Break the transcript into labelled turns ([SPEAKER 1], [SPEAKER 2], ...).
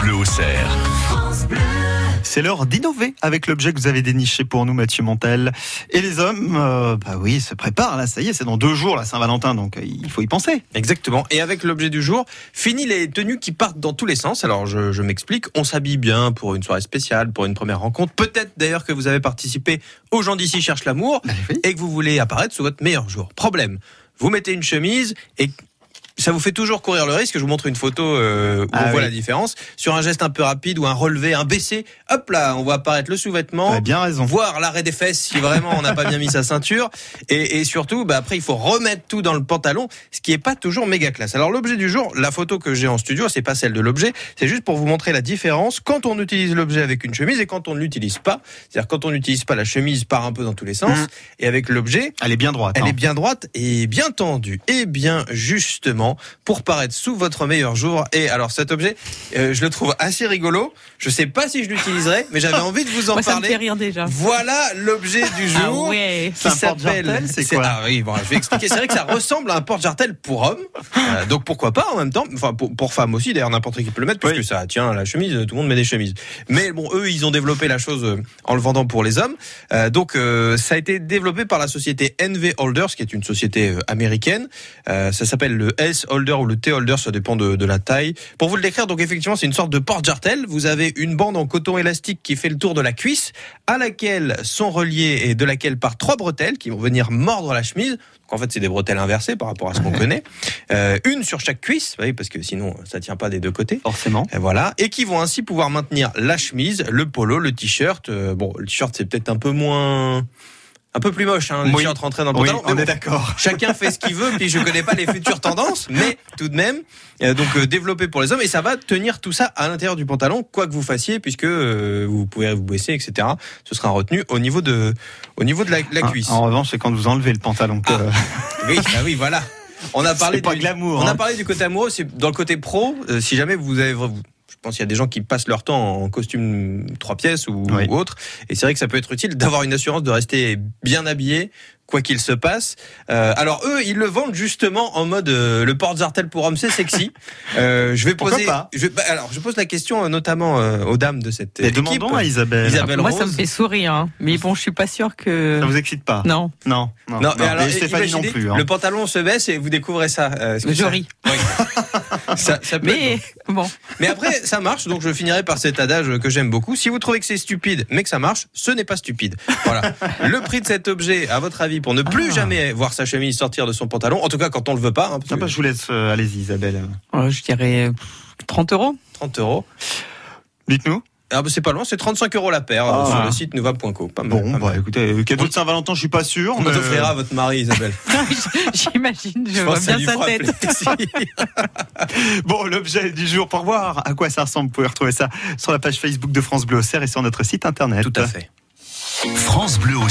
[SPEAKER 1] Bleu Auxerre.
[SPEAKER 2] C'est l'heure d'innover avec l'objet que vous avez déniché pour nous, Mathieu Montel. Et les hommes, euh, bah oui, se préparent là, ça y est, c'est dans deux jours la Saint-Valentin, donc euh, il faut y penser.
[SPEAKER 3] Exactement. Et avec l'objet du jour, fini les tenues qui partent dans tous les sens. Alors je, je m'explique, on s'habille bien pour une soirée spéciale, pour une première rencontre. Peut-être d'ailleurs que vous avez participé aux gens d'ici cherchent l'amour et que vous voulez apparaître sous votre meilleur jour. Problème, vous mettez une chemise et ça vous fait toujours courir le risque. Je vous montre une photo euh, où
[SPEAKER 2] Ah
[SPEAKER 3] on voit
[SPEAKER 2] oui.
[SPEAKER 3] la différence. Sur un geste un peu rapide ou un relevé, un baissé, hop là, on voit apparaître le sous-vêtement.
[SPEAKER 2] Vous avez bien raison.
[SPEAKER 3] Voir l'arrêt des fesses si vraiment on n'a pas bien mis sa ceinture. Et, et surtout, bah, après, il faut remettre tout dans le pantalon, ce qui est pas toujours méga classe. Alors, l'objet du jour, la photo que j'ai en studio, c'est pas celle de l'objet, c'est juste pour vous montrer la différence quand on utilise l'objet avec une chemise et quand on ne l'utilise pas. C'est-à-dire quand on n'utilise pas la chemise part un peu dans tous les sens,
[SPEAKER 4] Mm.
[SPEAKER 2] Mhm.
[SPEAKER 3] et avec l'objet,
[SPEAKER 2] Elle est bien droite.
[SPEAKER 4] Ah.
[SPEAKER 3] elle
[SPEAKER 2] hein.
[SPEAKER 3] est bien droite et bien tendue. Et bien justement, pour paraître sous votre meilleur jour. Et alors cet objet, euh, je le trouve assez rigolo. Je sais pas si je l'utiliserai, mais j'avais envie de vous en
[SPEAKER 4] Moi, ça me fait
[SPEAKER 3] parler.
[SPEAKER 4] rire déjà.
[SPEAKER 3] Voilà l'objet du jour.
[SPEAKER 4] Ah ouais.
[SPEAKER 2] C'est
[SPEAKER 3] Qui
[SPEAKER 2] un porte-jartel,
[SPEAKER 3] s'appelle
[SPEAKER 2] c'est quoi
[SPEAKER 3] Ah oui, bon, je vais expliquer. C'est vrai que ça ressemble à un porte-jartel pour homme. Euh, donc pourquoi pas en même temps, enfin pour, pour femme aussi. D'ailleurs n'importe qui peut le mettre parce
[SPEAKER 2] Oui.
[SPEAKER 3] que ça tient à la chemise. Tout le monde met des chemises. Mais bon, eux ils ont développé la chose euh, en le vendant pour les hommes. Euh, donc euh, ça a été développé par la société NV Holders, qui est une société euh, américaine. Euh, ça s'appelle le S Holder ou le T Holder, ça dépend de, de la taille. Pour vous le décrire, donc effectivement c'est une sorte de porte-jartel. Vous avez une bande en coton élastique qui fait le tour de la cuisse à laquelle sont reliés et de laquelle part trois bretelles qui vont venir mordre la chemise. Donc en fait, c'est des bretelles inversées par rapport à ce qu'on connaît. Euh, une sur chaque cuisse, oui, parce que sinon ça tient pas des deux côtés.
[SPEAKER 2] Forcément.
[SPEAKER 3] Et voilà, et qui vont ainsi pouvoir maintenir la chemise, le polo, le t-shirt. Euh, bon, le t-shirt c'est peut-être un peu moins, un peu plus moche. Hein, le
[SPEAKER 2] Oui.
[SPEAKER 3] t-shirt rentré dans le
[SPEAKER 2] Oui,
[SPEAKER 3] pantalon, mais
[SPEAKER 2] on
[SPEAKER 3] bon,
[SPEAKER 2] est d'accord.
[SPEAKER 3] Chacun fait ce qu'il veut, puis je connais pas les futures tendances, mais tout de même, euh, donc euh, développé pour les hommes, et ça va tenir tout ça à l'intérieur du pantalon, quoi que vous fassiez, puisque euh, vous pouvez vous baisser, etc. Ce sera retenu au niveau de, au niveau de la, la
[SPEAKER 2] En-
[SPEAKER 3] cuisse.
[SPEAKER 2] Ah, En, revanche, c'est quand vous enlevez le pantalon que.
[SPEAKER 3] Oui, bah oui, voilà. On a parlé
[SPEAKER 2] C'est pas
[SPEAKER 3] du,
[SPEAKER 2] glamour,
[SPEAKER 3] On
[SPEAKER 2] hein.
[SPEAKER 3] a parlé du côté amoureux. C'est dans le côté pro. euh, si jamais vous avez, vous- je pense qu'il y a des gens qui passent leur temps en costume trois pièces ou,
[SPEAKER 2] Oui.
[SPEAKER 3] ou autre. Et c'est vrai que ça peut être utile d'avoir une assurance de rester bien habillé. Quoi qu'il se passe. Euh, alors eux, ils le vendent justement en mode euh, le porte-zartel pour hommes, c'est sexy. Euh, je vais
[SPEAKER 2] Pourquoi
[SPEAKER 3] poser.
[SPEAKER 2] pas
[SPEAKER 3] je- bah, alors je pose la question euh, notamment euh, aux dames de cette
[SPEAKER 2] Mais
[SPEAKER 3] équipe.
[SPEAKER 2] demandons à Isabelle.
[SPEAKER 3] Isabelle
[SPEAKER 4] Moi, ça me
[SPEAKER 3] Rose.
[SPEAKER 4] fait sourire. hein. Mais bon, je suis pas sûre que.
[SPEAKER 2] Ça vous excite pas
[SPEAKER 4] Non.
[SPEAKER 2] Non. Non.
[SPEAKER 3] Non,
[SPEAKER 2] non.
[SPEAKER 3] mais alors,
[SPEAKER 2] Et Stéphanie non
[SPEAKER 3] imaginez,
[SPEAKER 2] plus. hein.
[SPEAKER 3] Le pantalon se baisse et vous découvrez ça. euh, ce que
[SPEAKER 4] Je
[SPEAKER 3] ça-
[SPEAKER 4] ris.
[SPEAKER 3] Oui. ça, ça peut être
[SPEAKER 4] Mais bon,
[SPEAKER 3] Mais après, ça marche, donc je finirai par cet adage que j'aime beaucoup. Si vous trouvez que c'est stupide, mais que ça marche, ce n'est pas stupide. Voilà. Le prix de cet objet, à votre avis, pour ne plus
[SPEAKER 4] Ah.
[SPEAKER 3] jamais voir sa chemise sortir de son pantalon, en tout cas quand on le veut pas, hein, parce
[SPEAKER 2] Ah
[SPEAKER 3] que
[SPEAKER 2] bah, je vous laisse. euh, Allez-y, Isabelle.
[SPEAKER 4] euh, je dirais pff, 30 euros.
[SPEAKER 3] 30 euros.
[SPEAKER 2] Dites-nous.
[SPEAKER 3] Ah bah c'est pas loin, c'est 35 euros la paire
[SPEAKER 2] Ah.
[SPEAKER 3] euh, sur le site nouva.co. Pas mal,
[SPEAKER 2] Bon,
[SPEAKER 3] pas
[SPEAKER 2] bah
[SPEAKER 3] mal.
[SPEAKER 2] écoutez, euh, cadeau de Saint-Valentin, je suis pas sûr.
[SPEAKER 3] on
[SPEAKER 2] mais-
[SPEAKER 3] t'offrira à votre mari, Isabelle.
[SPEAKER 4] J'imagine, Euh. je,
[SPEAKER 3] Je
[SPEAKER 4] vois
[SPEAKER 3] pense que ça lui
[SPEAKER 4] bien sa
[SPEAKER 3] fera plaisir.
[SPEAKER 4] tête.
[SPEAKER 2] Bon, l'objet du jour pour voir à quoi ça ressemble, vous pouvez retrouver ça sur la page Facebook de France Bleu Auxerre et sur notre site internet.
[SPEAKER 3] Tout à fait.
[SPEAKER 1] France Bleu Auxerre.